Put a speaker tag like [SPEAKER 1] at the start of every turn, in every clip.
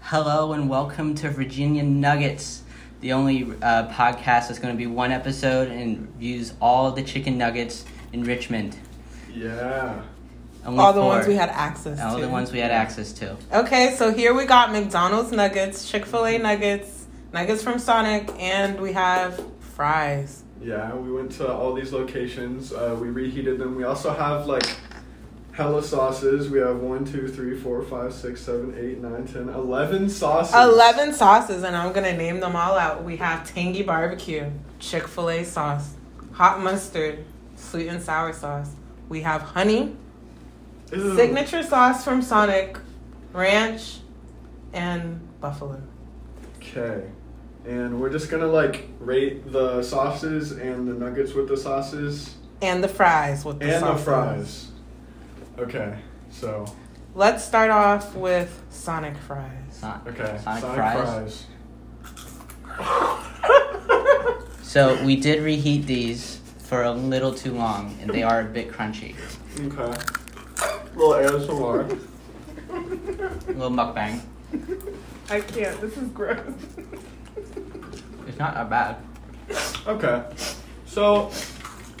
[SPEAKER 1] Hello and welcome to Virginia Nuggets, the only uh, podcast that's going to be one episode and reviews all the chicken nuggets in Richmond.
[SPEAKER 2] Yeah.
[SPEAKER 1] Only
[SPEAKER 3] All the
[SPEAKER 1] four.
[SPEAKER 3] ones we had access
[SPEAKER 1] All
[SPEAKER 3] to.
[SPEAKER 1] the ones we had access to.
[SPEAKER 3] Okay, so here we got McDonald's nuggets, Chick fil A nuggets, nuggets from Sonic, and we have fries.
[SPEAKER 2] Yeah, we went to all these locations. Uh, we reheated them. We also have like hella sauces. We have one, two, three, four, five, six, seven, eight, nine, ten, eleven sauces.
[SPEAKER 3] 11 sauces, and I'm gonna name them all out. We have tangy barbecue, Chick fil A sauce, hot mustard, sweet and sour sauce. We have honey,
[SPEAKER 2] Ew.
[SPEAKER 3] signature sauce from Sonic, ranch, and buffalo.
[SPEAKER 2] Okay. And we're just gonna like rate the sauces and the nuggets with the sauces
[SPEAKER 3] And the fries with the
[SPEAKER 2] and the
[SPEAKER 3] sauces.
[SPEAKER 2] fries. Okay. So
[SPEAKER 3] Let's start off with Sonic fries.
[SPEAKER 1] Son-
[SPEAKER 2] okay.
[SPEAKER 1] Sonic, fries.
[SPEAKER 2] fries.
[SPEAKER 1] So we did reheat these for a little too long, and they are a bit crunchy.
[SPEAKER 2] Okay. Little ASMR.
[SPEAKER 1] A little mukbang.
[SPEAKER 3] I can't. This is gross.
[SPEAKER 1] It's not that bad.
[SPEAKER 2] Okay. So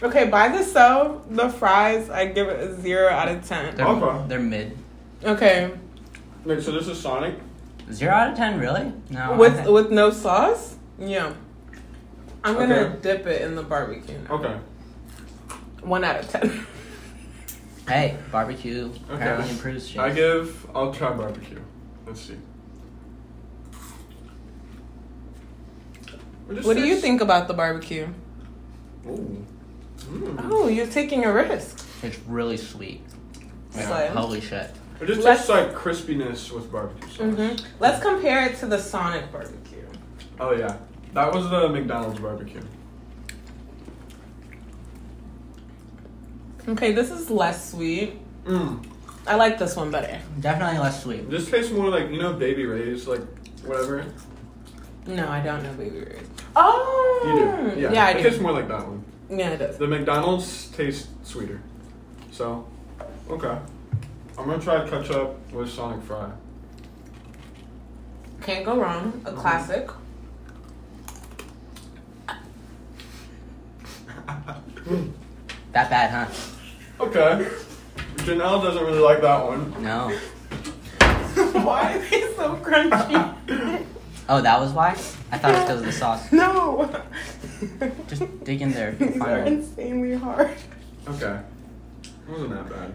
[SPEAKER 3] okay, by the cell, the fries, I give it a zero out of ten.
[SPEAKER 1] They're,
[SPEAKER 2] Okay.
[SPEAKER 1] they're mid.
[SPEAKER 3] Okay,
[SPEAKER 2] wait, so this is Sonic.
[SPEAKER 1] Zero out of ten, really? No. I
[SPEAKER 3] with
[SPEAKER 1] think-
[SPEAKER 3] with no sauce, yeah. I'm gonna
[SPEAKER 2] Okay.
[SPEAKER 3] dip it in the barbecue.
[SPEAKER 2] Okay.
[SPEAKER 3] One out of ten.
[SPEAKER 1] hey, barbecue apparently improves shit.
[SPEAKER 2] I give. I'll try barbecue. Let's see. We're just
[SPEAKER 3] what do you
[SPEAKER 2] six-
[SPEAKER 3] think about the barbecue?
[SPEAKER 2] Ooh. Mm.
[SPEAKER 3] Oh, you're taking a risk.
[SPEAKER 1] It's really sweet. Like,
[SPEAKER 3] Slim.
[SPEAKER 1] holy shit.
[SPEAKER 2] It just
[SPEAKER 3] Let's-
[SPEAKER 2] tastes like crispiness with barbecue sauce.
[SPEAKER 3] hmm Let's compare it to the Sonic barbecue.
[SPEAKER 2] Oh yeah, that was the McDonald's barbecue.
[SPEAKER 3] Okay, this is less sweet.
[SPEAKER 2] Mm.
[SPEAKER 3] I like this one better.
[SPEAKER 1] Definitely less sweet.
[SPEAKER 2] This tastes more like you know Baby Ray's, like whatever.
[SPEAKER 3] No, I don't know Baby Ruth. Oh,
[SPEAKER 2] You do. Yeah.
[SPEAKER 3] yeah I
[SPEAKER 2] it
[SPEAKER 3] do.
[SPEAKER 2] tastes more like that one.
[SPEAKER 3] Yeah, it does.
[SPEAKER 2] The McDonald's tastes sweeter. So, okay. I'm gonna try ketchup with Sonic fry.
[SPEAKER 3] Can't go wrong. A classic.
[SPEAKER 1] That bad, huh?
[SPEAKER 2] Okay. Janelle doesn't really like that one.
[SPEAKER 1] No.
[SPEAKER 3] Why are they so crunchy?
[SPEAKER 1] Oh, that was why? I thought it was because of the sauce.
[SPEAKER 3] no.
[SPEAKER 1] Just dig in there.
[SPEAKER 3] These are
[SPEAKER 1] Find it.
[SPEAKER 3] insanely hard.
[SPEAKER 2] Okay. It wasn't that bad.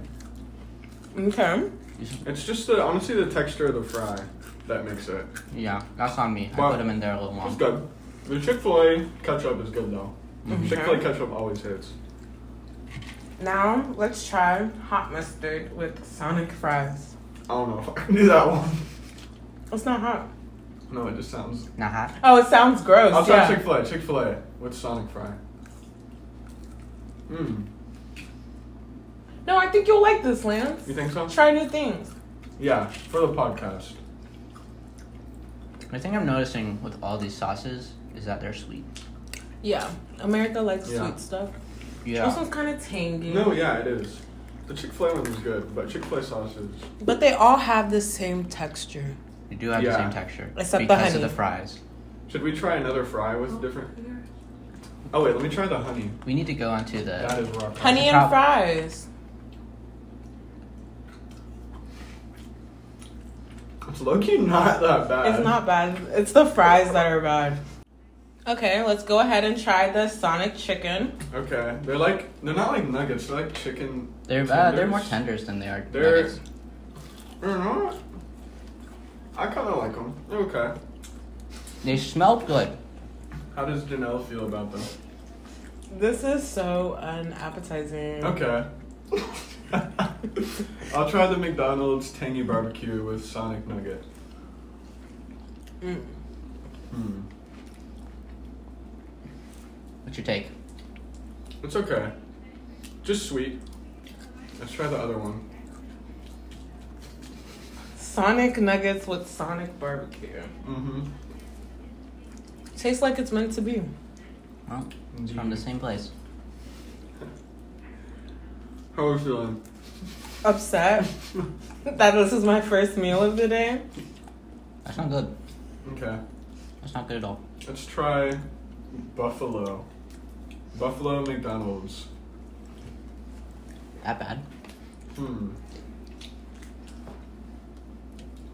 [SPEAKER 3] Okay.
[SPEAKER 1] You should-
[SPEAKER 2] It's just the honestly the texture of the fry that makes it.
[SPEAKER 1] Yeah, that's on me. I
[SPEAKER 2] Wow.
[SPEAKER 1] put them in there a little
[SPEAKER 2] It's
[SPEAKER 1] long.
[SPEAKER 2] good. The Chick Fil A ketchup is good though.
[SPEAKER 3] Mhm.
[SPEAKER 2] Chick Fil A ketchup always hits.
[SPEAKER 3] Now let's try hot mustard with Sonic fries.
[SPEAKER 2] I don't know if I can do that one.
[SPEAKER 3] It's not hot.
[SPEAKER 2] No, it just sounds.
[SPEAKER 1] Not hot.
[SPEAKER 3] Oh, it sounds gross.
[SPEAKER 2] I'll try
[SPEAKER 3] yeah.
[SPEAKER 2] Chick Fil A. Chick Fil A with Sonic fry. Mmm.
[SPEAKER 3] no, I think you'll like this, Lance.
[SPEAKER 2] You think so?
[SPEAKER 3] Try new things.
[SPEAKER 2] Yeah, for the podcast.
[SPEAKER 1] The thing I'm noticing with all these sauces is that they're sweet.
[SPEAKER 3] Yeah. America likes
[SPEAKER 2] Yeah.
[SPEAKER 3] sweet stuff. This
[SPEAKER 1] Yeah.
[SPEAKER 3] one's kind of tangy.
[SPEAKER 2] No, yeah, it is. The Chick Fil A one is good, but Chick Fil A sauce is.
[SPEAKER 3] But they all have the same texture.
[SPEAKER 1] They do have the
[SPEAKER 2] Yeah.
[SPEAKER 1] same texture.
[SPEAKER 3] Except the
[SPEAKER 1] because of
[SPEAKER 3] honey.
[SPEAKER 1] the fries.
[SPEAKER 2] Should we try another fry with different? Oh wait, let me try the honey.
[SPEAKER 1] We need to go onto the.
[SPEAKER 2] That is rough.
[SPEAKER 3] Honey
[SPEAKER 1] Prob-
[SPEAKER 3] and fries.
[SPEAKER 2] It's low key not that bad.
[SPEAKER 3] It's not bad. It's the fries that are bad. Okay, let's go ahead and try the Sonic Chicken.
[SPEAKER 2] Okay, they're like they're not like nuggets. They're like chicken.
[SPEAKER 1] They're uh, they're
[SPEAKER 2] tenders.
[SPEAKER 1] more tenders than they are
[SPEAKER 2] They're-
[SPEAKER 1] nuggets.
[SPEAKER 2] They're not. I kind of like them. They're okay.
[SPEAKER 1] They smell good.
[SPEAKER 2] How does Janelle feel about them?
[SPEAKER 3] This is so unappetizing.
[SPEAKER 2] Okay. I'll try the McDonald's tangy barbecue with Sonic Nugget.
[SPEAKER 3] Mm.
[SPEAKER 2] Hmm.
[SPEAKER 1] What's your take?
[SPEAKER 2] It's okay. Just sweet. Let's try the other one.
[SPEAKER 3] Sonic Nuggets with Sonic Barbecue.
[SPEAKER 2] Mm-hmm.
[SPEAKER 3] Tastes like it's meant to be.
[SPEAKER 1] Well, it's
[SPEAKER 2] Mm-hmm.
[SPEAKER 1] from the same place.
[SPEAKER 2] How are we feeling?
[SPEAKER 3] Upset that this is my first meal of the day.
[SPEAKER 1] That's not good.
[SPEAKER 2] Okay.
[SPEAKER 1] That's not good at all.
[SPEAKER 2] Let's try Buffalo. Buffalo McDonald's.
[SPEAKER 1] That bad.
[SPEAKER 2] Hmm.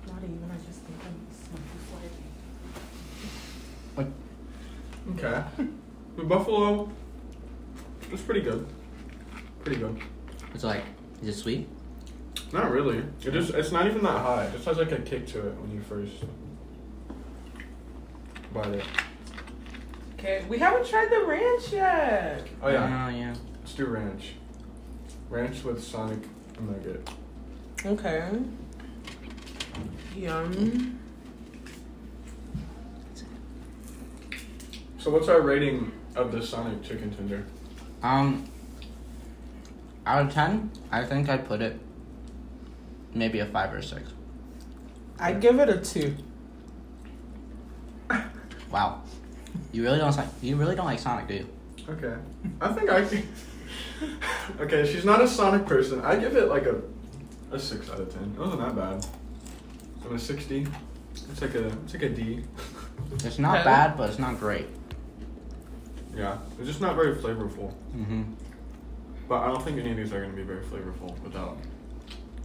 [SPEAKER 3] Not even. I just think I'm smoking slightly.
[SPEAKER 2] Okay. The Buffalo it's pretty good. Pretty good.
[SPEAKER 1] It's like, is it sweet?
[SPEAKER 2] Not really. It just it's not even that high. It just has like a kick to it when you first bite it.
[SPEAKER 3] Okay, we haven't tried the ranch yet.
[SPEAKER 2] Oh yeah.
[SPEAKER 1] Oh yeah.
[SPEAKER 2] Let's do ranch. Ranch with Sonic Nugget.
[SPEAKER 3] Okay. Yum.
[SPEAKER 2] So what's our rating of the Sonic chicken tender?
[SPEAKER 1] Um, out of ten, I think I put it maybe a five or a six.
[SPEAKER 3] I'd give it a two.
[SPEAKER 1] Wow, you really don't like you really don't like Sonic, do you?
[SPEAKER 2] Okay. I think I can Okay, she's not a Sonic person. I give it like a a six out of ten. It wasn't that bad. I'm a sixty. It's like a it's like a D.
[SPEAKER 1] It's not
[SPEAKER 3] No.
[SPEAKER 1] bad, but it's not great.
[SPEAKER 2] yeah. It's just not very flavorful.
[SPEAKER 1] Mm-hmm.
[SPEAKER 2] But I don't think any of these are gonna be very flavorful without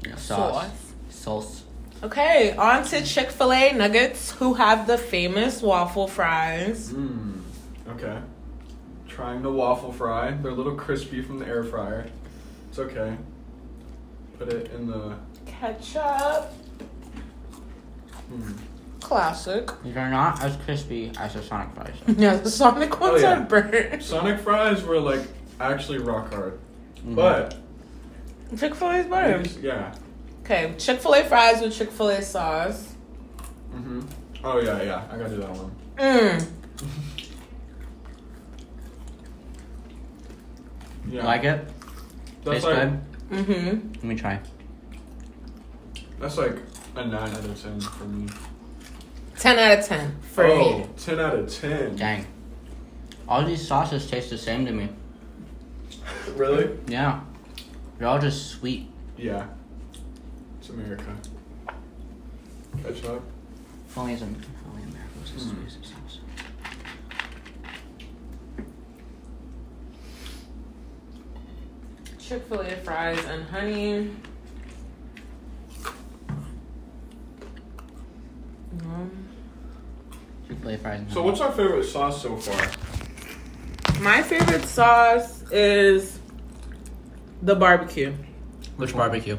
[SPEAKER 1] Yeah, sauce. Sauce.
[SPEAKER 3] Okay, on to Chick fil A nuggets, who have the famous waffle fries.
[SPEAKER 2] Mmm. Okay. Trying the waffle fry. They're a little crispy from the air fryer. It's okay. Put it in the
[SPEAKER 3] Ketchup.
[SPEAKER 2] mm.
[SPEAKER 3] Classic.
[SPEAKER 1] These are not as crispy as the Sonic fries.
[SPEAKER 3] Yeah, the Sonic ones
[SPEAKER 2] Oh, yeah.
[SPEAKER 3] are burnt.
[SPEAKER 2] Sonic fries were like actually rock hard.
[SPEAKER 1] Mhm.
[SPEAKER 2] But
[SPEAKER 3] Chick fil A is better.
[SPEAKER 2] yeah.
[SPEAKER 3] Okay, Chick fil A fries with Chick fil A sauce.
[SPEAKER 2] Mm-hmm. Oh yeah, yeah. I gotta do that one.
[SPEAKER 3] Mmm.
[SPEAKER 1] you
[SPEAKER 2] Yeah.
[SPEAKER 1] like it? Tastes
[SPEAKER 2] That's like
[SPEAKER 1] good.
[SPEAKER 3] Mm
[SPEAKER 1] Let me try.
[SPEAKER 2] that's like a nine out of ten for me.
[SPEAKER 3] hmm. 10 out of 10 for
[SPEAKER 2] oh,
[SPEAKER 3] me.
[SPEAKER 2] 10 out of ten.
[SPEAKER 1] Dang. All these sauces taste the same to me.
[SPEAKER 2] Really?
[SPEAKER 1] Yeah. They're all just sweet.
[SPEAKER 2] Yeah. It's America. Ketchup.
[SPEAKER 1] If only, it's, if only America was as
[SPEAKER 2] Hmm.
[SPEAKER 1] sweet as this sauce.
[SPEAKER 3] Chick fil A fries and honey. Yum.
[SPEAKER 1] Chick-fil-A fries. and
[SPEAKER 2] So
[SPEAKER 1] honey.
[SPEAKER 2] what's our favorite sauce so far?
[SPEAKER 3] My favorite sauce is the barbecue
[SPEAKER 1] Which barbecue?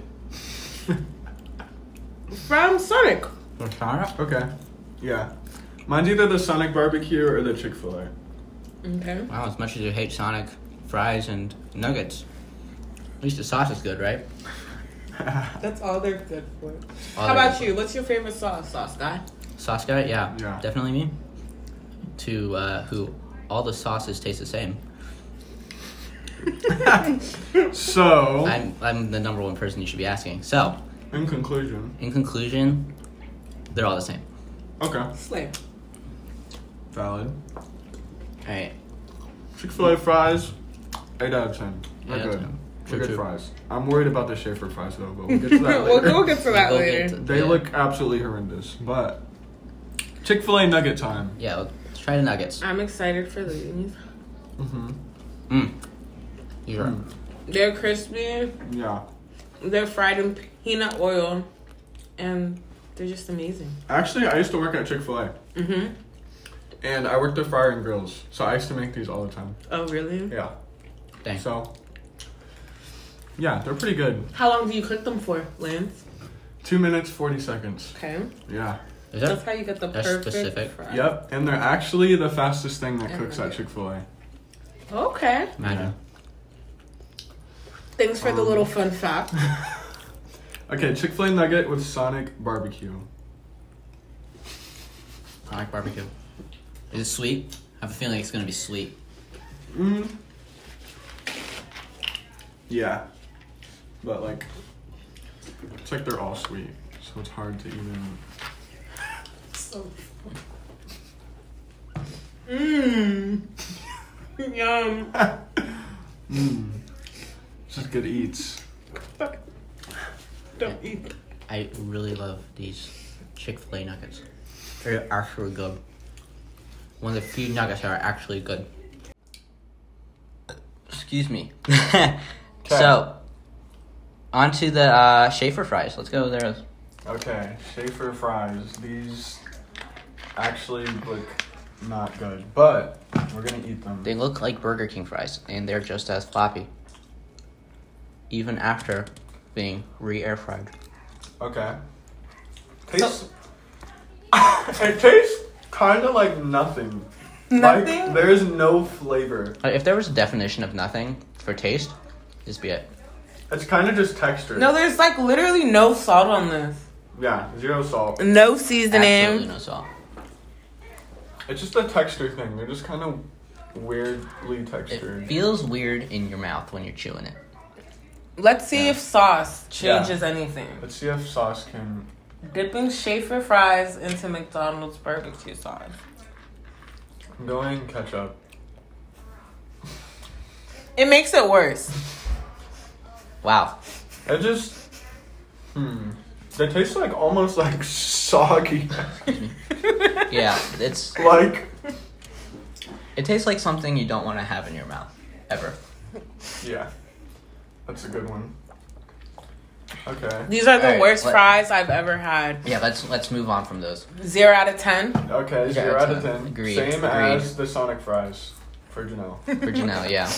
[SPEAKER 3] from Sonic.
[SPEAKER 1] The Sonic?
[SPEAKER 2] Okay. Yeah. Mine's either the Sonic barbecue or the Chick Fil A.
[SPEAKER 3] Okay.
[SPEAKER 1] Wow, as much as you hate Sonic fries and nuggets, at least the sauce is good, right?
[SPEAKER 3] That's all they're good for.
[SPEAKER 1] All
[SPEAKER 3] How
[SPEAKER 1] they're
[SPEAKER 3] about
[SPEAKER 1] good
[SPEAKER 3] you? What's your favorite sauce, sauce guy?
[SPEAKER 1] Sauce guy? Yeah,
[SPEAKER 2] Yeah.
[SPEAKER 1] definitely me. To uh, who all the sauces taste the same.
[SPEAKER 2] So,
[SPEAKER 1] I'm, I'm the number one person you should be asking. So,
[SPEAKER 2] in conclusion,
[SPEAKER 1] in conclusion, they're all the same.
[SPEAKER 2] okay,
[SPEAKER 3] Slay.
[SPEAKER 2] valid.
[SPEAKER 1] All right.
[SPEAKER 2] Chick Fil A fries, eight out of ten. They're
[SPEAKER 1] Eight out of
[SPEAKER 2] good.
[SPEAKER 1] 10. True,
[SPEAKER 2] They're good
[SPEAKER 1] true.
[SPEAKER 2] fries. I'm worried about the Schaefer fries though, but we'll get to that
[SPEAKER 3] we'll,
[SPEAKER 2] later.
[SPEAKER 3] we'll get to that
[SPEAKER 1] We'll get
[SPEAKER 3] later.
[SPEAKER 1] to-
[SPEAKER 2] they
[SPEAKER 1] yeah.
[SPEAKER 2] look absolutely horrendous, but Chick Fil A nugget time.
[SPEAKER 1] Yeah, let's try the nuggets.
[SPEAKER 3] I'm excited for these.
[SPEAKER 2] Mm-hmm.
[SPEAKER 1] Mm. You're right.
[SPEAKER 2] Mm.
[SPEAKER 3] They're crispy.
[SPEAKER 2] Yeah.
[SPEAKER 3] They're fried in peanut oil, and they're just amazing.
[SPEAKER 2] Actually, I used to work at Chick Fil A,
[SPEAKER 3] Mm-hmm.
[SPEAKER 2] and I worked at Fryer and Grills, so I used to make these all the time.
[SPEAKER 3] Oh, really?
[SPEAKER 2] Yeah.
[SPEAKER 1] Dang.
[SPEAKER 2] So, yeah, they're pretty good.
[SPEAKER 3] How long do you cook them for, Lance?
[SPEAKER 2] Two minutes, 40 seconds.
[SPEAKER 3] Okay.
[SPEAKER 2] Yeah.
[SPEAKER 1] Is
[SPEAKER 3] That's
[SPEAKER 1] that?
[SPEAKER 3] how you get the
[SPEAKER 1] That's
[SPEAKER 3] perfect
[SPEAKER 1] specific.
[SPEAKER 3] fry.
[SPEAKER 2] Yep. And they're actually the fastest thing that
[SPEAKER 3] And
[SPEAKER 2] cooks at
[SPEAKER 3] nugget.
[SPEAKER 2] Chick fil A.
[SPEAKER 3] Okay.
[SPEAKER 1] Imagine.
[SPEAKER 3] Thanks for the
[SPEAKER 1] Um.
[SPEAKER 3] little fun fact.
[SPEAKER 2] Okay, Chick fil A nugget with Sonic barbecue.
[SPEAKER 1] Sonic barbecue. Is it sweet? I have a feeling it's gonna be sweet.
[SPEAKER 2] Mm. Yeah. But, like, it's like they're all sweet, so it's hard to even.
[SPEAKER 3] Mmm. Yum.
[SPEAKER 2] Mm. It's just good eats.
[SPEAKER 3] Don't eat.
[SPEAKER 1] I really love these Chick Fil A nuggets. They're actually good. One of the few nuggets that are actually good. Excuse me. so, on to the uh, Schaefer fries. Let's go there.
[SPEAKER 2] Okay, Schaefer fries. These actually look not good, but we're gonna eat them.
[SPEAKER 1] They look like Burger King fries, and they're just as floppy. Even after being re air fried.
[SPEAKER 2] Okay. Tastes. it tastes kind of like nothing.
[SPEAKER 3] Nothing?
[SPEAKER 2] Like, there is no flavor.
[SPEAKER 1] Uh, If there was a definition of nothing for taste, this be it.
[SPEAKER 2] It's kind of just texture.
[SPEAKER 3] No, there's like literally no salt on this.
[SPEAKER 2] Yeah, zero salt.
[SPEAKER 3] No seasoning.
[SPEAKER 1] Absolutely no salt.
[SPEAKER 2] It's just a texture thing. They're just kind of weirdly textured.
[SPEAKER 1] It feels weird in your mouth when you're chewing it.
[SPEAKER 3] Let's see
[SPEAKER 1] Yeah.
[SPEAKER 3] if sauce
[SPEAKER 2] Yeah.
[SPEAKER 3] changes anything.
[SPEAKER 2] Let's see if sauce can.
[SPEAKER 3] Dipping Schaefer fries into McDonald's barbecue sauce.
[SPEAKER 2] I'm going ketchup.
[SPEAKER 3] It makes it worse.
[SPEAKER 1] Wow.
[SPEAKER 2] It just. Hmm. They taste like almost like soggy.
[SPEAKER 1] Yeah, it's
[SPEAKER 2] like.
[SPEAKER 1] it tastes like something you don't want to have in your mouth ever.
[SPEAKER 2] Yeah. That's a good one. Okay.
[SPEAKER 3] These are the
[SPEAKER 1] Alright,
[SPEAKER 3] worst
[SPEAKER 1] what-
[SPEAKER 3] fries I've ever had.
[SPEAKER 1] Yeah, let's let's move on from those.
[SPEAKER 3] Zero out of ten.
[SPEAKER 2] Okay,
[SPEAKER 1] Yeah,
[SPEAKER 2] zero out of
[SPEAKER 1] it's a-
[SPEAKER 2] ten.
[SPEAKER 1] agreed,
[SPEAKER 2] Same
[SPEAKER 1] agreed.
[SPEAKER 2] as the Sonic fries for Janelle.
[SPEAKER 1] For Janelle, yeah.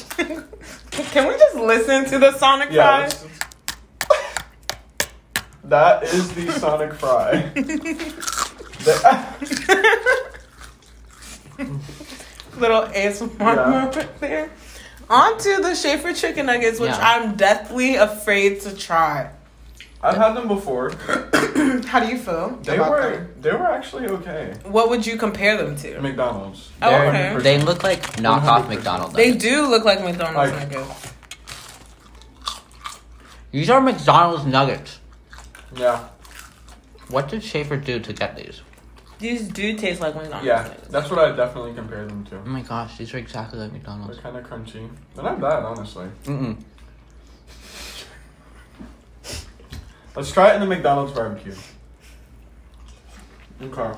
[SPEAKER 3] Can we just listen to the Sonic
[SPEAKER 2] Yeah.
[SPEAKER 3] fries?
[SPEAKER 2] it's- that is the Sonic fry. The-
[SPEAKER 3] Little ASMR
[SPEAKER 2] Yeah.
[SPEAKER 3] moment there. On to the Schaefer chicken nuggets, which
[SPEAKER 1] Yeah.
[SPEAKER 3] I'm deathly afraid to try.
[SPEAKER 2] I've had them before.
[SPEAKER 3] How do you feel?
[SPEAKER 2] They
[SPEAKER 3] about
[SPEAKER 2] were they were actually okay.
[SPEAKER 3] them? What would you compare them to?
[SPEAKER 2] McDonald's.
[SPEAKER 3] Oh,
[SPEAKER 1] They're-
[SPEAKER 3] okay.
[SPEAKER 1] They look like knockoff
[SPEAKER 2] 100%.
[SPEAKER 1] McDonald's.
[SPEAKER 3] They
[SPEAKER 1] nuggets.
[SPEAKER 3] do look like McDonald's
[SPEAKER 2] Like-
[SPEAKER 3] nuggets.
[SPEAKER 1] These are McDonald's nuggets.
[SPEAKER 2] Yeah,
[SPEAKER 1] What did Schaefer do to get these?
[SPEAKER 3] These do taste like McDonald's
[SPEAKER 2] yeah.
[SPEAKER 3] nuggets.
[SPEAKER 2] That's what I definitely compare them to.
[SPEAKER 1] Oh my gosh, these are exactly like McDonald's.
[SPEAKER 2] They're kind of crunchy. They're not bad, honestly.
[SPEAKER 1] Mm-mm.
[SPEAKER 2] Let's try it in the McDonald's barbecue. Okay.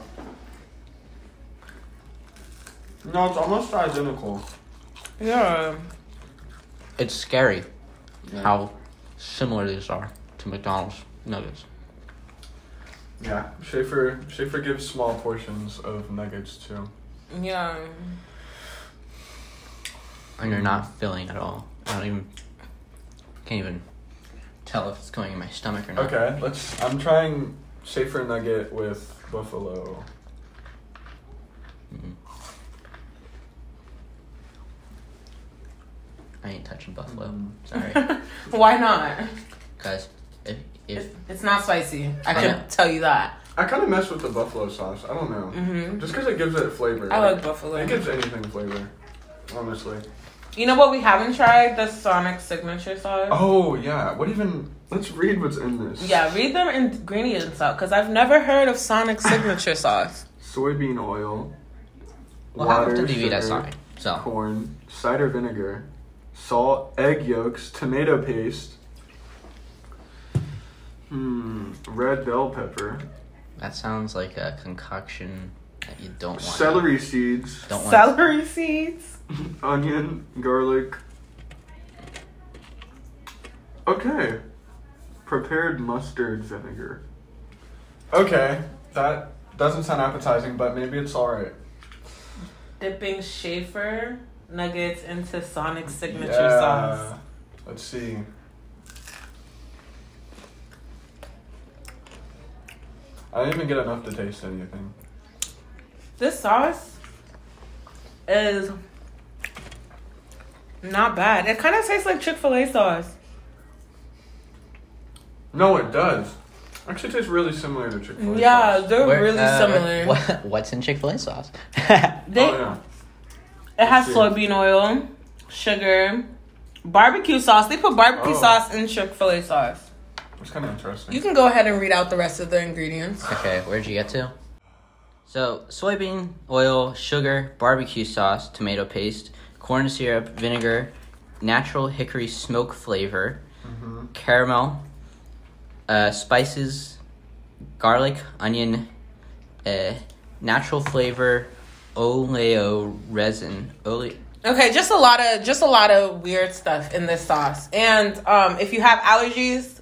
[SPEAKER 2] No, it's almost identical.
[SPEAKER 3] Yeah.
[SPEAKER 1] It's scary
[SPEAKER 2] Yeah.
[SPEAKER 1] how similar these are to McDonald's nuggets.
[SPEAKER 2] Yeah, Schaefer Schaefer gives small portions of nuggets too.
[SPEAKER 3] Yeah.
[SPEAKER 1] And they're not filling at all. I don't even can't even tell if it's going in my stomach or not.
[SPEAKER 2] Okay, let's. I'm trying Schaefer nugget with buffalo.
[SPEAKER 1] Mm-mm. I ain't touching buffalo.
[SPEAKER 3] Mm-hmm.
[SPEAKER 2] Mm.
[SPEAKER 1] Sorry,
[SPEAKER 3] Why not?
[SPEAKER 1] guys. If if
[SPEAKER 3] It's not spicy. I
[SPEAKER 1] I
[SPEAKER 3] can
[SPEAKER 1] know.
[SPEAKER 3] tell you that.
[SPEAKER 2] I kind of mess with the buffalo sauce. I don't know,
[SPEAKER 3] hmm
[SPEAKER 2] just because it gives it flavor.
[SPEAKER 3] I like buffalo.
[SPEAKER 2] It gives anything flavor, honestly.
[SPEAKER 3] You know what we haven't tried? The Sonic signature sauce.
[SPEAKER 2] Oh yeah, what even? Let's read what's in this.
[SPEAKER 3] Yeah, read them ingredients out because I've never heard of Sonic signature sauce.
[SPEAKER 2] Soybean oil.
[SPEAKER 1] well, how often do you eat at Sonic? So
[SPEAKER 2] Corn, cider vinegar, salt, egg yolks, tomato paste. Hmm. Red bell pepper,
[SPEAKER 1] that sounds like a concoction that you don't want.
[SPEAKER 2] celery seeds,
[SPEAKER 1] Don't want.
[SPEAKER 3] Celery seeds.
[SPEAKER 2] onion, garlic. Okay. Prepared mustard vinegar. Okay, that doesn't sound appetizing, but maybe it's alright.
[SPEAKER 3] Dipping Schaefer nuggets into Sonic signature
[SPEAKER 2] Yeah.
[SPEAKER 3] sauce.
[SPEAKER 2] Let's see. I didn't even get enough to taste anything.
[SPEAKER 3] This sauce is not bad. It kind of tastes like Chick Fil A sauce.
[SPEAKER 2] No, it does. Actually, tastes really similar to Chick Fil A.
[SPEAKER 3] Yeah, they're
[SPEAKER 1] Where-
[SPEAKER 3] really
[SPEAKER 1] uh,
[SPEAKER 3] similar.
[SPEAKER 1] What, what's in Chick Fil A sauce?
[SPEAKER 3] They
[SPEAKER 2] oh yeah.
[SPEAKER 3] It has
[SPEAKER 2] Shit.
[SPEAKER 3] soybean oil, sugar, barbecue sauce. They put barbecue
[SPEAKER 2] Oh.
[SPEAKER 3] sauce in Chick fil A sauce.
[SPEAKER 2] It's kind of interesting.
[SPEAKER 3] You can go ahead and read out the rest of the ingredients.
[SPEAKER 1] Okay, where'd you get to? So, soybean oil, sugar, barbecue sauce, tomato paste, corn syrup, vinegar, natural hickory smoke flavor,
[SPEAKER 2] Mhm.
[SPEAKER 1] caramel, uh, spices, garlic, onion, a natural flavor oleo resin. Ole-
[SPEAKER 3] Okay, just a lot of just a lot of weird stuff in this sauce. And um, if you have allergies,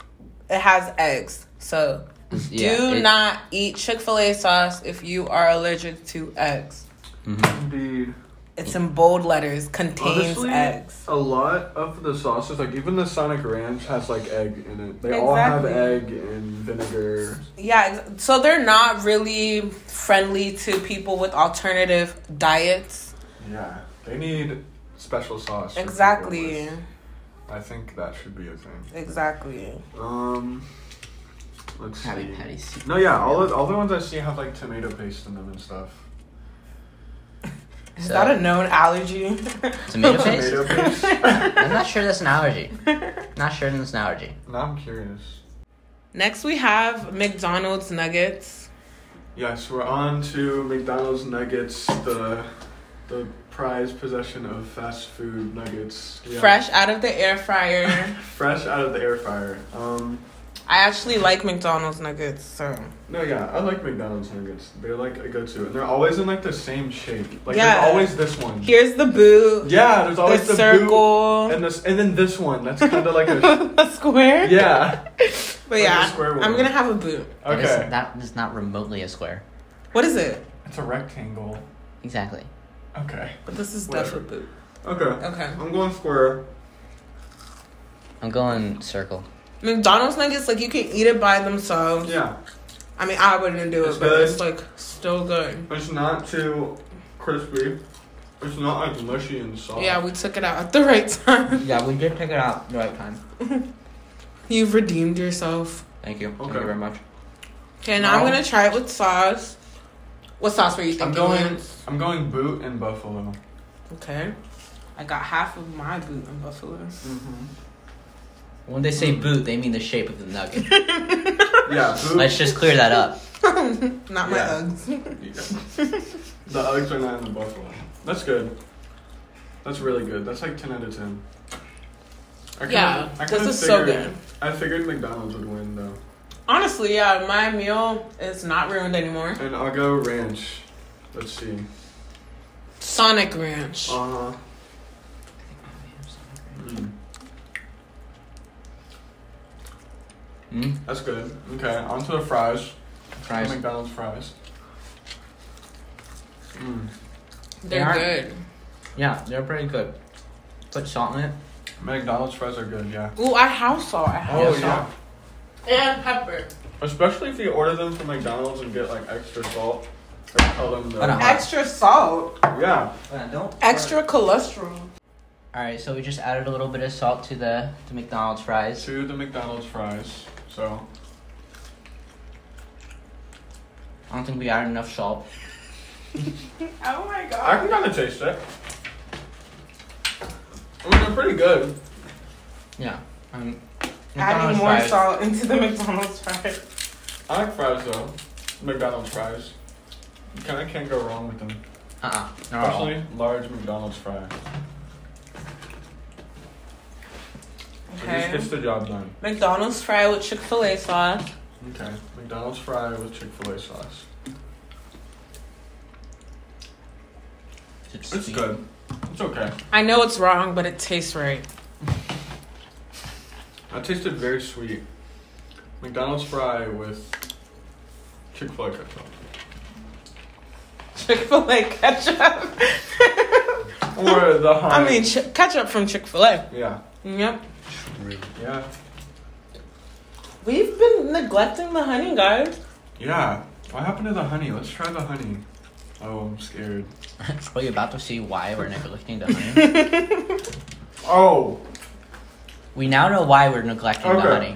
[SPEAKER 3] it has eggs. So
[SPEAKER 1] yeah,
[SPEAKER 3] do
[SPEAKER 1] it-
[SPEAKER 3] not eat Chick Fil A sauce if you are allergic to eggs.
[SPEAKER 2] Indeed.
[SPEAKER 3] It's in bold letters. Contains
[SPEAKER 2] Honestly,
[SPEAKER 3] eggs.
[SPEAKER 2] a lot of the sauces, like even the Sonic Ranch, has like egg in it. They all have egg
[SPEAKER 3] Exactly.
[SPEAKER 2] and vinegar.
[SPEAKER 3] Yeah, ex- so they're not really friendly to people with alternative diets.
[SPEAKER 2] Yeah, they need special sauce. for people
[SPEAKER 3] Exactly.
[SPEAKER 2] with- I think that should be a thing.
[SPEAKER 3] Exactly.
[SPEAKER 2] Um, let's
[SPEAKER 1] Krabby
[SPEAKER 2] see.
[SPEAKER 1] Patties.
[SPEAKER 2] No, yeah, all of, all the ones I see have like tomato paste in them and stuff.
[SPEAKER 3] Is
[SPEAKER 1] So-
[SPEAKER 3] that a known allergy?
[SPEAKER 1] Tomato paste?
[SPEAKER 2] Tomato paste.
[SPEAKER 1] I'm not sure that's an allergy. Not sure that's an allergy.
[SPEAKER 2] now I'm curious.
[SPEAKER 3] Next, we have McDonald's nuggets.
[SPEAKER 2] Yes, we're on to McDonald's Nuggets, the the prized possession of fast food nuggets. Yeah.
[SPEAKER 3] Fresh out of the air fryer.
[SPEAKER 2] Fresh out of the air fryer. Um,
[SPEAKER 3] I actually like McDonald's nuggets, so
[SPEAKER 2] no, yeah, I like McDonald's nuggets. They're like a go-to, and they're always in like the same shape. Like
[SPEAKER 3] Yeah.
[SPEAKER 2] there's always this one.
[SPEAKER 3] here's the boot,
[SPEAKER 2] Yeah, there's
[SPEAKER 3] the
[SPEAKER 2] always the, boot
[SPEAKER 3] circle,
[SPEAKER 2] and this, and then this one. That's kind of like a
[SPEAKER 3] the square.
[SPEAKER 2] yeah.
[SPEAKER 3] but yeah,
[SPEAKER 2] the square one.
[SPEAKER 3] I'm gonna have a boot.
[SPEAKER 1] That is-
[SPEAKER 2] Okay,
[SPEAKER 1] that is not remotely a square.
[SPEAKER 3] What is it?
[SPEAKER 2] it's a rectangle.
[SPEAKER 1] Exactly.
[SPEAKER 2] Okay.
[SPEAKER 3] But this is
[SPEAKER 2] Whatever.
[SPEAKER 3] definitely boot.
[SPEAKER 2] Okay.
[SPEAKER 3] Okay,
[SPEAKER 2] I'm going square.
[SPEAKER 1] I'm going circle.
[SPEAKER 3] McDonald's nuggets like you can eat it by themselves.
[SPEAKER 2] Yeah.
[SPEAKER 3] I mean, I wouldn't do it,
[SPEAKER 2] It's
[SPEAKER 3] but
[SPEAKER 2] good.
[SPEAKER 3] it's like still good.
[SPEAKER 2] It's not too crispy. It's not like mushy and soft.
[SPEAKER 3] Yeah, we took it out at the right time.
[SPEAKER 1] Yeah, we did pick it out the right time.
[SPEAKER 3] You've redeemed yourself.
[SPEAKER 1] Thank you.
[SPEAKER 2] Thank you very
[SPEAKER 1] much.
[SPEAKER 3] Okay, now I'm
[SPEAKER 2] Wow.
[SPEAKER 3] gonna try it with sauce. What sauce were you
[SPEAKER 2] I'm
[SPEAKER 3] thinking?
[SPEAKER 2] going.
[SPEAKER 3] Lance?
[SPEAKER 2] I'm going boot and buffalo.
[SPEAKER 3] Okay. I got half of my boot in Buffalo. Mm-hmm.
[SPEAKER 1] When they
[SPEAKER 2] Hmm.
[SPEAKER 1] say boot, they mean the shape of the nugget.
[SPEAKER 2] Yeah, boot.
[SPEAKER 1] Let's just clear that up.
[SPEAKER 3] Not my
[SPEAKER 2] Yeah.
[SPEAKER 3] Uggs.
[SPEAKER 2] the eggs are not in the buffalo. That's good. That's really good. That's like ten out of ten. I kinda-
[SPEAKER 3] Yeah,
[SPEAKER 2] I
[SPEAKER 3] this
[SPEAKER 2] kinda
[SPEAKER 3] is so
[SPEAKER 2] figured-
[SPEAKER 3] good.
[SPEAKER 2] I figured McDonald's would win though,
[SPEAKER 3] Honestly, yeah, my meal is not ruined anymore.
[SPEAKER 2] and I'll go ranch. Let's see.
[SPEAKER 3] Sonic Ranch.
[SPEAKER 2] Uh huh. Hmm,
[SPEAKER 1] Mm,
[SPEAKER 2] that's good. Okay, onto the fries.
[SPEAKER 1] fries.
[SPEAKER 2] McDonald's fries. Mm.
[SPEAKER 1] they
[SPEAKER 3] They're
[SPEAKER 1] are-
[SPEAKER 3] good.
[SPEAKER 1] Yeah, they're pretty good. Put salt in it.
[SPEAKER 2] McDonald's fries are good, yeah.
[SPEAKER 3] Ooh, I have salt. I have
[SPEAKER 1] Oh,
[SPEAKER 3] salt.
[SPEAKER 1] yeah.
[SPEAKER 3] And pepper.
[SPEAKER 2] Especially if you order them from McDonald's and get like extra salt. Or tell them the,
[SPEAKER 1] Oh, no.
[SPEAKER 3] Extra salt.
[SPEAKER 2] Yeah.
[SPEAKER 1] Uh, don't.
[SPEAKER 3] Extra cholesterol.
[SPEAKER 1] All right, so we just added a little bit of salt to the to McDonald's fries.
[SPEAKER 2] To the McDonald's fries. So
[SPEAKER 1] I don't think we added enough salt.
[SPEAKER 3] Oh my
[SPEAKER 2] I
[SPEAKER 3] god.
[SPEAKER 2] can kinda taste it. I mean they're pretty good.
[SPEAKER 1] Yeah. Um, McDonald's
[SPEAKER 3] Adding more
[SPEAKER 1] fries.
[SPEAKER 3] salt into the McDonald's fries.
[SPEAKER 2] I like fries though. McDonald's fries. You kinda can't go wrong with them.
[SPEAKER 1] Uh-uh. not at all.
[SPEAKER 2] Especially large McDonald's fries. It just
[SPEAKER 3] Okay.
[SPEAKER 2] gets the job done.
[SPEAKER 3] McDonald's fry with Chick fil A sauce.
[SPEAKER 2] Okay. McDonald's fry with Chick-fil-A sauce.
[SPEAKER 1] It's
[SPEAKER 2] It's
[SPEAKER 1] sweet.
[SPEAKER 2] good. It's okay.
[SPEAKER 3] I know it's wrong, but it tastes right.
[SPEAKER 2] That tasted very sweet. McDonald's fry with Chick fil A ketchup.
[SPEAKER 3] Chick fil A ketchup.
[SPEAKER 2] Or the hot.
[SPEAKER 3] I mean, ch- ketchup from Chick fil A.
[SPEAKER 2] Yeah.
[SPEAKER 3] Yep.
[SPEAKER 2] Yeah.
[SPEAKER 3] We've been neglecting the honey, guys.
[SPEAKER 2] Yeah. What happened to the honey? Let's try the honey. Oh, I'm scared.
[SPEAKER 1] Are you about to see why we're neglecting the honey?
[SPEAKER 2] Oh!
[SPEAKER 1] we now know why we're neglecting the
[SPEAKER 2] Okay.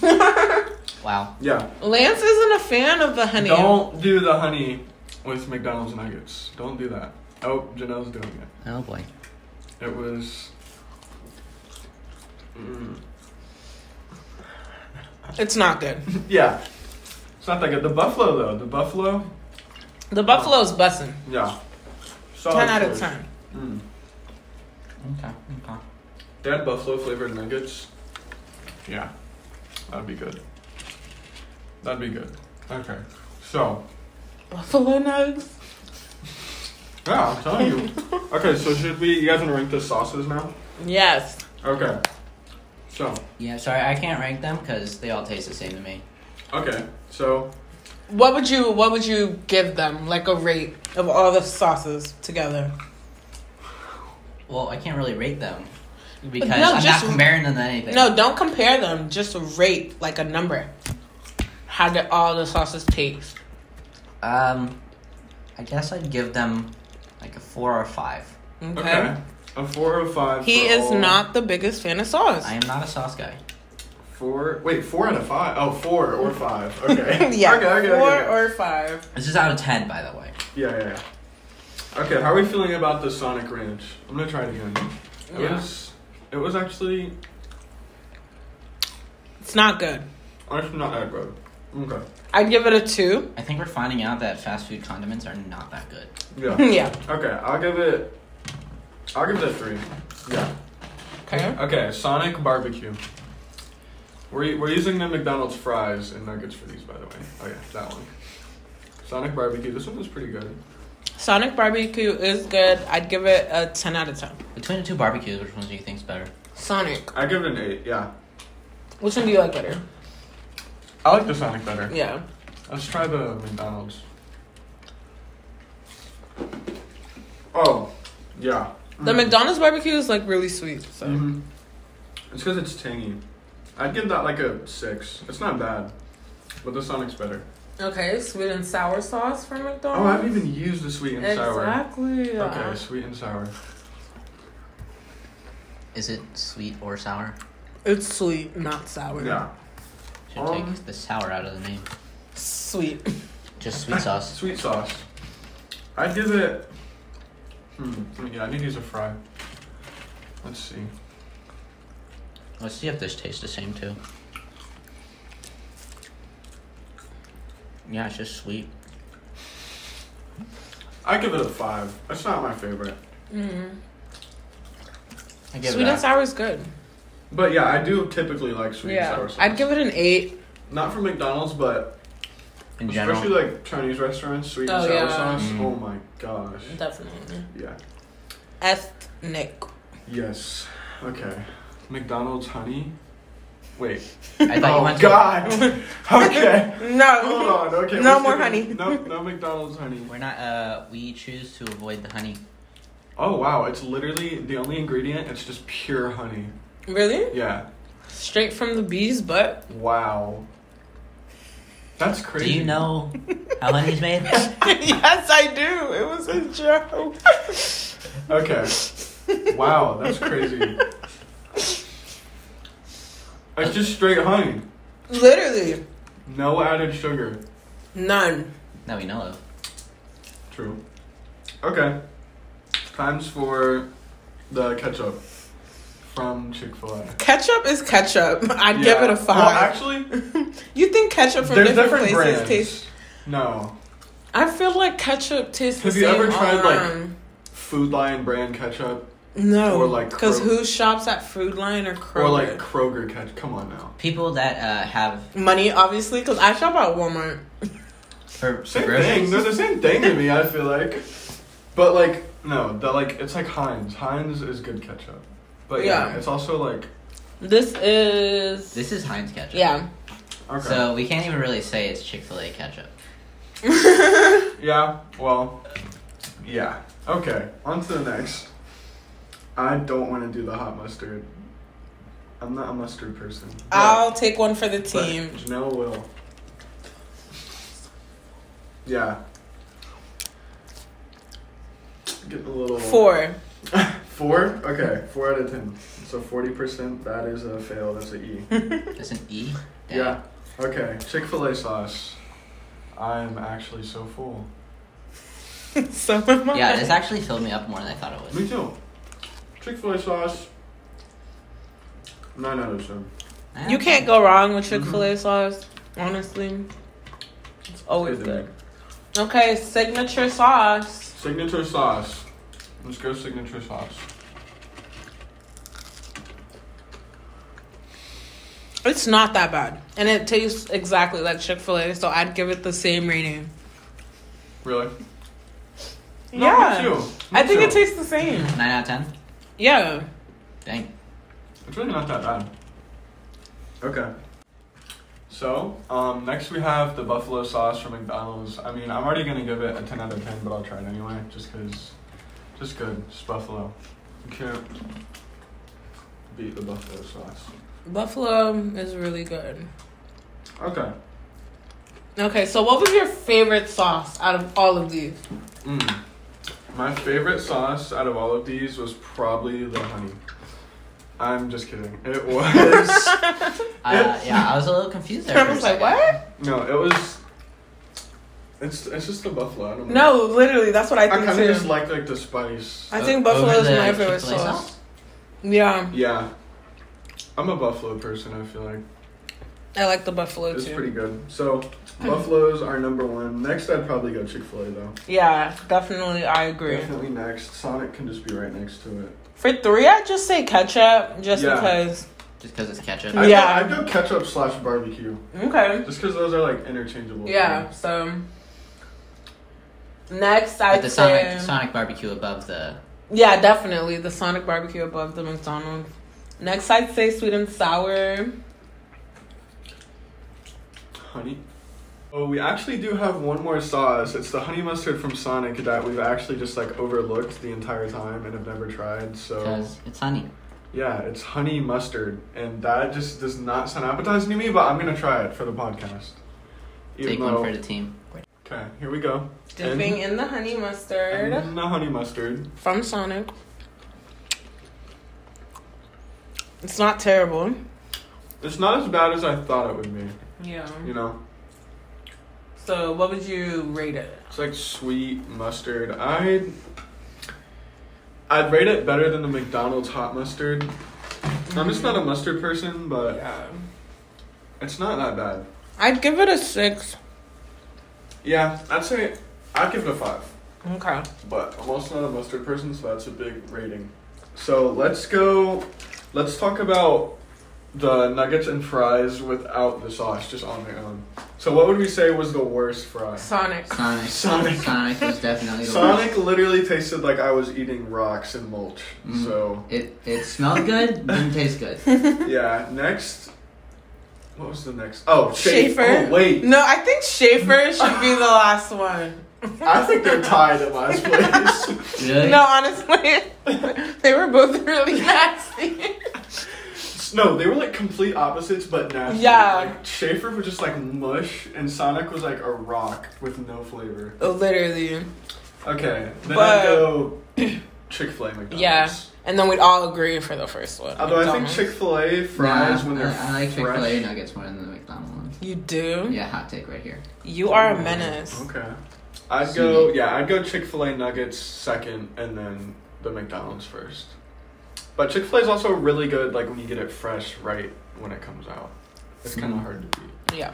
[SPEAKER 1] honey. wow.
[SPEAKER 2] Yeah.
[SPEAKER 3] Lance isn't a fan of the honey.
[SPEAKER 2] Don't do the honey with McDonald's nuggets. Don't do that. Oh, Janelle's doing it.
[SPEAKER 1] Oh boy.
[SPEAKER 2] It was. Mm.
[SPEAKER 3] It's not good.
[SPEAKER 2] Yeah. It's not that good. The buffalo, though. The buffalo?
[SPEAKER 3] The buffalo's bussin'.
[SPEAKER 2] Yeah. Solid
[SPEAKER 3] Ten out of
[SPEAKER 2] choice.
[SPEAKER 3] ten.
[SPEAKER 2] Mm.
[SPEAKER 1] Okay. Okay.
[SPEAKER 2] They had buffalo flavored nuggets. Yeah, that'd be good. That'd be good. Okay. So,
[SPEAKER 3] Buffalo nugs.
[SPEAKER 2] yeah, I'm telling you. Okay, so should we, you guys want to rank the sauces now?
[SPEAKER 3] Yes.
[SPEAKER 2] Okay. So,
[SPEAKER 1] Yeah, sorry, I can't rank them because they all taste the same to me.
[SPEAKER 2] okay. So,
[SPEAKER 3] What would you What would you give them? Like a rate of all the sauces together?
[SPEAKER 1] Well, I can't really rate them because
[SPEAKER 3] No,
[SPEAKER 1] I'm
[SPEAKER 3] just-
[SPEAKER 1] not comparing them to anything.
[SPEAKER 3] No, don't compare them. Just rate like a number. How did all the sauces taste?
[SPEAKER 1] Um, I guess I'd give them like a four or five.
[SPEAKER 3] Okay.
[SPEAKER 2] okay. A four or five.
[SPEAKER 3] He
[SPEAKER 2] for
[SPEAKER 3] is
[SPEAKER 2] all-
[SPEAKER 3] not the biggest fan of sauce.
[SPEAKER 1] I am not a sauce guy.
[SPEAKER 2] Four. Wait, four out of five. Oh, four or five. Okay.
[SPEAKER 3] yeah.
[SPEAKER 2] Okay, okay,
[SPEAKER 3] Four
[SPEAKER 2] okay.
[SPEAKER 3] or five.
[SPEAKER 1] This is out of ten, by the way.
[SPEAKER 2] Yeah, yeah, yeah. Okay, how are we feeling about the Sonic Ranch? I'm gonna try it again. It
[SPEAKER 3] Yeah.
[SPEAKER 2] was. It was actually.
[SPEAKER 3] It's not good.
[SPEAKER 2] Actually, not that good. Okay.
[SPEAKER 3] I'd give it a two.
[SPEAKER 1] I think we're finding out that fast food condiments are not that good.
[SPEAKER 2] Yeah.
[SPEAKER 3] yeah.
[SPEAKER 2] Okay, I'll give it. I'll give it a three. Yeah.
[SPEAKER 3] Okay.
[SPEAKER 2] Okay, Sonic Barbecue. We're, we're using the McDonald's fries and nuggets for these, by the way. Oh, yeah, that one. Sonic Barbecue. This one was pretty good.
[SPEAKER 3] Sonic barbecue is good. I'd give it a ten out of ten.
[SPEAKER 1] Between the two barbecues, which one do you think's better?
[SPEAKER 3] Sonic.
[SPEAKER 2] I give it an eight, yeah.
[SPEAKER 3] Which one do you like better?
[SPEAKER 2] I like the Sonic better.
[SPEAKER 3] Yeah.
[SPEAKER 2] Let's try the McDonald's. Oh, yeah. Mm.
[SPEAKER 3] The McDonald's barbecue is like really sweet. So
[SPEAKER 2] hmm It's because it's tangy. I'd give that like a six. It's not bad, but the Sonic's better.
[SPEAKER 3] okay, sweet and sour sauce from McDonald's.
[SPEAKER 2] Oh, I haven't even used the sweet and sour.
[SPEAKER 3] exactly.
[SPEAKER 2] Okay, sweet and sour.
[SPEAKER 1] Is it sweet or sour?
[SPEAKER 3] It's sweet, not sour.
[SPEAKER 2] Yeah.
[SPEAKER 1] Should
[SPEAKER 2] Um,
[SPEAKER 1] take the sour out of the name.
[SPEAKER 3] Sweet.
[SPEAKER 1] Just sweet sauce.
[SPEAKER 2] Sweet sauce. I'd give it. Hmm. Yeah, I need to use a fry. Let's see.
[SPEAKER 1] Let's see if this tastes the same too. Yeah, it's just sweet.
[SPEAKER 2] I give it a five. That's not my favorite.
[SPEAKER 3] Mm.
[SPEAKER 1] I give
[SPEAKER 3] Sweet
[SPEAKER 1] it
[SPEAKER 3] and
[SPEAKER 1] a,
[SPEAKER 3] sour is good.
[SPEAKER 2] But yeah, I do typically like sweet
[SPEAKER 3] yeah.
[SPEAKER 2] and sour sauce.
[SPEAKER 3] I'd give it an eight.
[SPEAKER 2] Not from McDonald's, but
[SPEAKER 1] in general.
[SPEAKER 2] especially like Chinese restaurants, sweet and
[SPEAKER 3] Oh,
[SPEAKER 2] sour
[SPEAKER 3] yeah.
[SPEAKER 2] sauce.
[SPEAKER 1] Mm.
[SPEAKER 2] Oh my gosh.
[SPEAKER 3] Definitely.
[SPEAKER 2] Yeah.
[SPEAKER 3] Ethnic.
[SPEAKER 2] Yes. Okay. McDonald's honey. Wait.
[SPEAKER 1] I thought you
[SPEAKER 2] oh
[SPEAKER 1] went
[SPEAKER 2] God. okay. Hold
[SPEAKER 3] No.
[SPEAKER 2] on. Okay.
[SPEAKER 3] No
[SPEAKER 2] we're
[SPEAKER 3] more
[SPEAKER 2] skipping-
[SPEAKER 3] honey.
[SPEAKER 2] No, no McDonald's honey.
[SPEAKER 1] to. We're not. Uh, we choose to avoid the honey.
[SPEAKER 2] Oh wow! It's literally the only ingredient. It's just pure honey.
[SPEAKER 3] Really?
[SPEAKER 2] Yeah.
[SPEAKER 3] Straight from the bee's butt.
[SPEAKER 2] Wow. That's crazy.
[SPEAKER 1] Do you know how honey's made?
[SPEAKER 3] yes, I do. It was a joke.
[SPEAKER 2] Okay. Wow, that's crazy. It's just straight honey.
[SPEAKER 3] Literally
[SPEAKER 2] No added sugar.
[SPEAKER 3] none.
[SPEAKER 1] that we know of.
[SPEAKER 2] True. Okay. Times for the ketchup from Chick Fil A.
[SPEAKER 3] Ketchup is ketchup. I'd give it a five.
[SPEAKER 2] Well, actually,
[SPEAKER 3] you think ketchup from
[SPEAKER 2] there's
[SPEAKER 3] different,
[SPEAKER 2] different
[SPEAKER 3] places
[SPEAKER 2] brands.
[SPEAKER 3] tastes?
[SPEAKER 2] No,
[SPEAKER 3] I feel like ketchup tastes.
[SPEAKER 2] Have
[SPEAKER 3] the
[SPEAKER 2] you
[SPEAKER 3] same
[SPEAKER 2] ever tried,
[SPEAKER 3] all
[SPEAKER 2] like,
[SPEAKER 3] around.
[SPEAKER 2] Food Lion brand ketchup
[SPEAKER 3] no?
[SPEAKER 2] or, like,
[SPEAKER 3] because
[SPEAKER 2] Kroger-
[SPEAKER 3] who shops at Food Lion or Kroger?
[SPEAKER 2] or like Kroger ketchup. Come on now.
[SPEAKER 1] People that uh, have
[SPEAKER 3] money, obviously. Because I shop at Walmart.
[SPEAKER 1] for for
[SPEAKER 2] Same
[SPEAKER 1] groceries.
[SPEAKER 2] thing. They're the same thing to me. I feel like, but like no, the like it's like Heinz. Heinz is good ketchup, but yeah,
[SPEAKER 3] Yeah.
[SPEAKER 2] it's also like
[SPEAKER 3] This is
[SPEAKER 1] This is Heinz ketchup.
[SPEAKER 3] yeah.
[SPEAKER 2] okay.
[SPEAKER 1] So we can't even really say it's Chick Fil A ketchup.
[SPEAKER 2] yeah. Well. Yeah. Okay. On to the next. I don't want to do the hot mustard. I'm not a mustard person.
[SPEAKER 3] I'll take one for the
[SPEAKER 2] But
[SPEAKER 3] team.
[SPEAKER 2] Janelle will. Yeah. Getting a little
[SPEAKER 3] Four.
[SPEAKER 2] Four? Okay, four out of ten. So forty percent. That is a fail. That's a E.
[SPEAKER 1] That's an E. Damn.
[SPEAKER 2] yeah. Okay. Chick Fil A sauce. I'm actually so full.
[SPEAKER 3] so am I.
[SPEAKER 1] Yeah, this actually filled me up more than I thought it
[SPEAKER 2] Me
[SPEAKER 1] would.
[SPEAKER 2] too. Chick Fil A sauce. Nine out of ten.
[SPEAKER 3] You can't go wrong with
[SPEAKER 2] Mm-hmm.
[SPEAKER 3] Chick Fil A sauce. Honestly, it's always
[SPEAKER 2] Good.
[SPEAKER 3] good. Okay, signature sauce.
[SPEAKER 2] Signature sauce. Let's go signature sauce.
[SPEAKER 3] It's not that bad, and it tastes exactly like Chick Fil A. So I'd give it the same rating.
[SPEAKER 2] Really? No,
[SPEAKER 3] yeah,
[SPEAKER 2] Me too. Me
[SPEAKER 3] I think
[SPEAKER 2] too.
[SPEAKER 3] it tastes the same.
[SPEAKER 1] Nine out of ten.
[SPEAKER 3] Yeah,
[SPEAKER 1] Dang.
[SPEAKER 2] It's really not that bad. Okay. So, um, next we have the buffalo sauce from McDonald's. I mean, I'm already gonna give it a 10 out of 10, but I'll try it anyway, just cause, just good. It's buffalo. You can't beat the buffalo sauce.
[SPEAKER 3] buffalo is really good.
[SPEAKER 2] Okay.
[SPEAKER 3] Okay, so what was your favorite sauce out of all of these?
[SPEAKER 2] Mm. My favorite sauce out of all of these was probably the honey. I'm just kidding. It was.
[SPEAKER 1] Uh, yeah, I was a little confused there.
[SPEAKER 3] I
[SPEAKER 1] for a
[SPEAKER 3] was like,
[SPEAKER 1] second.
[SPEAKER 3] what?
[SPEAKER 2] no, it was. It's it's just the buffalo. I don't know.
[SPEAKER 3] No, literally, that's what I
[SPEAKER 2] I
[SPEAKER 3] think
[SPEAKER 2] kind of
[SPEAKER 3] too.
[SPEAKER 2] just like like the spice.
[SPEAKER 3] I
[SPEAKER 1] O-
[SPEAKER 3] think buffalo
[SPEAKER 1] over
[SPEAKER 3] is
[SPEAKER 1] the
[SPEAKER 3] my favorite
[SPEAKER 1] Chick-fil-A
[SPEAKER 3] sauce. yeah,
[SPEAKER 2] Yeah. I'm a buffalo person, I feel like.
[SPEAKER 3] I like the buffalo
[SPEAKER 2] It's
[SPEAKER 3] too.
[SPEAKER 2] pretty good. So, buffaloes are number one. Next, I'd probably go Chick fil A, though.
[SPEAKER 3] yeah, definitely, I agree.
[SPEAKER 2] Definitely next. Sonic can just be right next to it.
[SPEAKER 3] For three, I just say ketchup, just
[SPEAKER 2] Yeah.
[SPEAKER 3] because.
[SPEAKER 1] Just because it's ketchup.
[SPEAKER 2] I'd go-
[SPEAKER 3] Yeah.
[SPEAKER 2] I'd go ketchup slash barbecue.
[SPEAKER 3] Okay.
[SPEAKER 2] Just because those are like interchangeable.
[SPEAKER 3] Yeah.
[SPEAKER 2] for me.
[SPEAKER 3] So next,
[SPEAKER 1] But
[SPEAKER 3] I'd
[SPEAKER 1] the
[SPEAKER 3] say
[SPEAKER 1] Sonic, Sonic barbecue above the.
[SPEAKER 3] yeah, definitely the Sonic barbecue above the McDonald's. Next, I'd say sweet and sour.
[SPEAKER 2] Honey. Oh, we actually do have one more sauce. It's the honey mustard from Sonic that we've actually just like overlooked the entire time and have never tried. So.
[SPEAKER 1] Because it's honey.
[SPEAKER 2] Yeah, it's honey mustard, and that just does not sound appetizing to me. But I'm gonna try it for the podcast. Even
[SPEAKER 1] Take
[SPEAKER 2] though-
[SPEAKER 1] one for the team.
[SPEAKER 2] okay, here we go.
[SPEAKER 3] Dipping in the honey mustard
[SPEAKER 2] And the honey mustard.
[SPEAKER 3] from Sonic. It's not terrible.
[SPEAKER 2] It's not as bad as I thought it would be.
[SPEAKER 3] Yeah.
[SPEAKER 2] You know,
[SPEAKER 3] So, what would you rate it?
[SPEAKER 2] it's like sweet mustard. I. I'd rate it better than the McDonald's hot mustard. I'm just not a mustard person, but
[SPEAKER 3] Yeah.
[SPEAKER 2] it's not that bad.
[SPEAKER 3] I'd give it a six.
[SPEAKER 2] Yeah, I'd say I'd give it a five.
[SPEAKER 3] Okay.
[SPEAKER 2] but I'm also not a mustard person, so that's a big rating. So let's go. Let's talk about the nuggets and fries without the sauce, just on their own. So what would we say was the worst fry?
[SPEAKER 3] Sonic.
[SPEAKER 1] Sonic.
[SPEAKER 2] Sonic.
[SPEAKER 1] Sonic was definitely the worst.
[SPEAKER 2] Sonic literally tasted like I was eating rocks and mulch.
[SPEAKER 1] Mm.
[SPEAKER 2] So
[SPEAKER 1] It it smelled good, didn't taste good.
[SPEAKER 2] yeah. Next, what was the next? Oh, Schaefer.
[SPEAKER 3] Schaefer.
[SPEAKER 2] Oh, wait,
[SPEAKER 3] No, I think Schaefer should be the last one.
[SPEAKER 2] I think they're tied at last place.
[SPEAKER 1] Really?
[SPEAKER 3] No, honestly, they were both really nasty.
[SPEAKER 2] No, they were like complete opposites, but nasty.
[SPEAKER 3] Yeah.
[SPEAKER 2] Like, Schaefer was just like mush, and Sonic was like a rock with no flavor.
[SPEAKER 3] Literally.
[SPEAKER 2] Okay, then
[SPEAKER 3] But-
[SPEAKER 2] I go Chick Fil A McDonald's.
[SPEAKER 3] Yeah. And then we'd all agree for the first one.
[SPEAKER 2] Although I think
[SPEAKER 3] McDonald's.
[SPEAKER 2] Chick Fil A fries
[SPEAKER 1] Nah,
[SPEAKER 2] when they're
[SPEAKER 1] I, I like Chick
[SPEAKER 2] fresh.
[SPEAKER 1] Fil A nuggets more than the McDonald's ones.
[SPEAKER 3] You do?
[SPEAKER 1] Yeah, hot take right here.
[SPEAKER 3] You are a menace.
[SPEAKER 2] Okay, I'd go yeah, I'd go Chick Fil A nuggets second, and then the McDonald's first. But Chick Fil A is also really good, like when you get it fresh, right when it comes out. It's kind of
[SPEAKER 1] Mm.
[SPEAKER 2] hard to beat.
[SPEAKER 3] Yeah.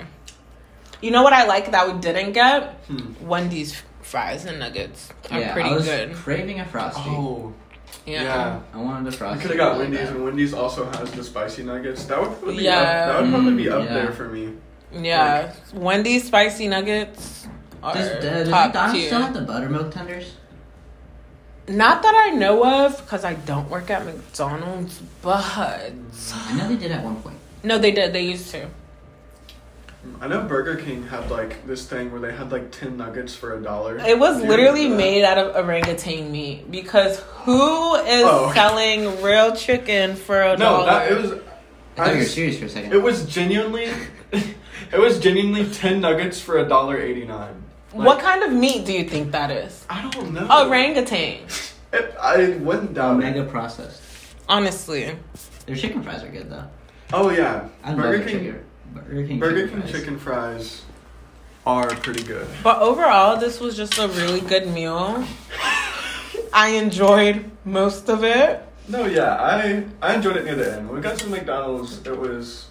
[SPEAKER 3] You know what I like that we didn't get?
[SPEAKER 2] Hmm.
[SPEAKER 3] Wendy's f- fries and nuggets are
[SPEAKER 1] yeah,
[SPEAKER 3] pretty
[SPEAKER 1] I was
[SPEAKER 3] good.
[SPEAKER 1] craving a frosty.
[SPEAKER 2] Oh,
[SPEAKER 3] Yeah.
[SPEAKER 2] yeah.
[SPEAKER 1] I wanted a
[SPEAKER 2] I
[SPEAKER 1] frosty.
[SPEAKER 2] could have got
[SPEAKER 1] really
[SPEAKER 2] Wendy's,
[SPEAKER 1] bad.
[SPEAKER 2] and Wendy's also has the spicy nuggets. That would probably be
[SPEAKER 3] Yeah.
[SPEAKER 2] up, that would probably be
[SPEAKER 1] Mm,
[SPEAKER 2] up
[SPEAKER 1] yeah.
[SPEAKER 2] there for me.
[SPEAKER 3] Yeah. Wendy's spicy nuggets are
[SPEAKER 1] Does, does
[SPEAKER 3] top
[SPEAKER 1] McDonald's
[SPEAKER 3] tier.
[SPEAKER 1] still have the buttermilk tenders?
[SPEAKER 3] Not that I know of, because I don't work at McDonald's, but
[SPEAKER 1] I know they did at one point.
[SPEAKER 3] no, they did. They used to.
[SPEAKER 2] I know Burger King had like this thing where they had like ten nuggets for a dollar.
[SPEAKER 3] It was
[SPEAKER 2] Do you
[SPEAKER 3] literally
[SPEAKER 2] remember that?
[SPEAKER 3] made out of orangutan meat because who is
[SPEAKER 2] Oh.
[SPEAKER 3] selling real chicken for a
[SPEAKER 2] No,
[SPEAKER 3] dollar?
[SPEAKER 2] that it was.
[SPEAKER 1] I thought
[SPEAKER 2] I
[SPEAKER 1] you were
[SPEAKER 2] just,
[SPEAKER 1] serious for a second.
[SPEAKER 2] it was genuinely, it was genuinely ten nuggets for a dollar eighty nine.
[SPEAKER 3] what kind of meat do you think that is?
[SPEAKER 2] I don't know.
[SPEAKER 3] Oh, Orangutan.
[SPEAKER 2] It, I wouldn't doubt
[SPEAKER 1] Mega
[SPEAKER 2] it.
[SPEAKER 1] processed.
[SPEAKER 3] Honestly,
[SPEAKER 1] Their chicken fries are good though.
[SPEAKER 2] Oh yeah,
[SPEAKER 1] I
[SPEAKER 2] Burger
[SPEAKER 1] love
[SPEAKER 2] King-
[SPEAKER 1] King, chicken. Burger King.
[SPEAKER 2] Burger
[SPEAKER 1] chicken
[SPEAKER 2] King
[SPEAKER 1] fries.
[SPEAKER 2] chicken fries are pretty good.
[SPEAKER 3] but overall, this was just a really good meal. I enjoyed most of it.
[SPEAKER 2] No, yeah, I I enjoyed it near the end. When we got to McDonald's, it was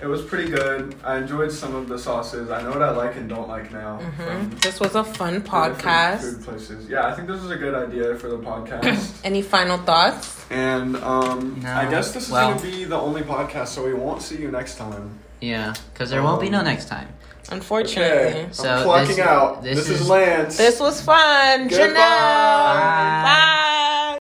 [SPEAKER 2] It was pretty good. I enjoyed some of the sauces. I know what I like and don't like now. from
[SPEAKER 3] hmm This was a fun
[SPEAKER 2] the different
[SPEAKER 3] podcast.
[SPEAKER 2] Food places. Yeah, I think this is a good idea for the podcast.
[SPEAKER 3] Any final thoughts?
[SPEAKER 2] and um, I
[SPEAKER 1] No.
[SPEAKER 2] guess this is
[SPEAKER 1] Well-
[SPEAKER 2] gonna be the only podcast, so we won't see you next time.
[SPEAKER 1] Yeah, because there won't be no
[SPEAKER 2] Um,
[SPEAKER 1] next time.
[SPEAKER 3] Unfortunately.
[SPEAKER 2] I'm
[SPEAKER 1] So
[SPEAKER 2] clocking
[SPEAKER 1] this-
[SPEAKER 2] out.
[SPEAKER 1] this
[SPEAKER 2] This, is,
[SPEAKER 1] is-
[SPEAKER 2] Lance.
[SPEAKER 3] This was fun.
[SPEAKER 2] Goodbye.
[SPEAKER 3] Janelle.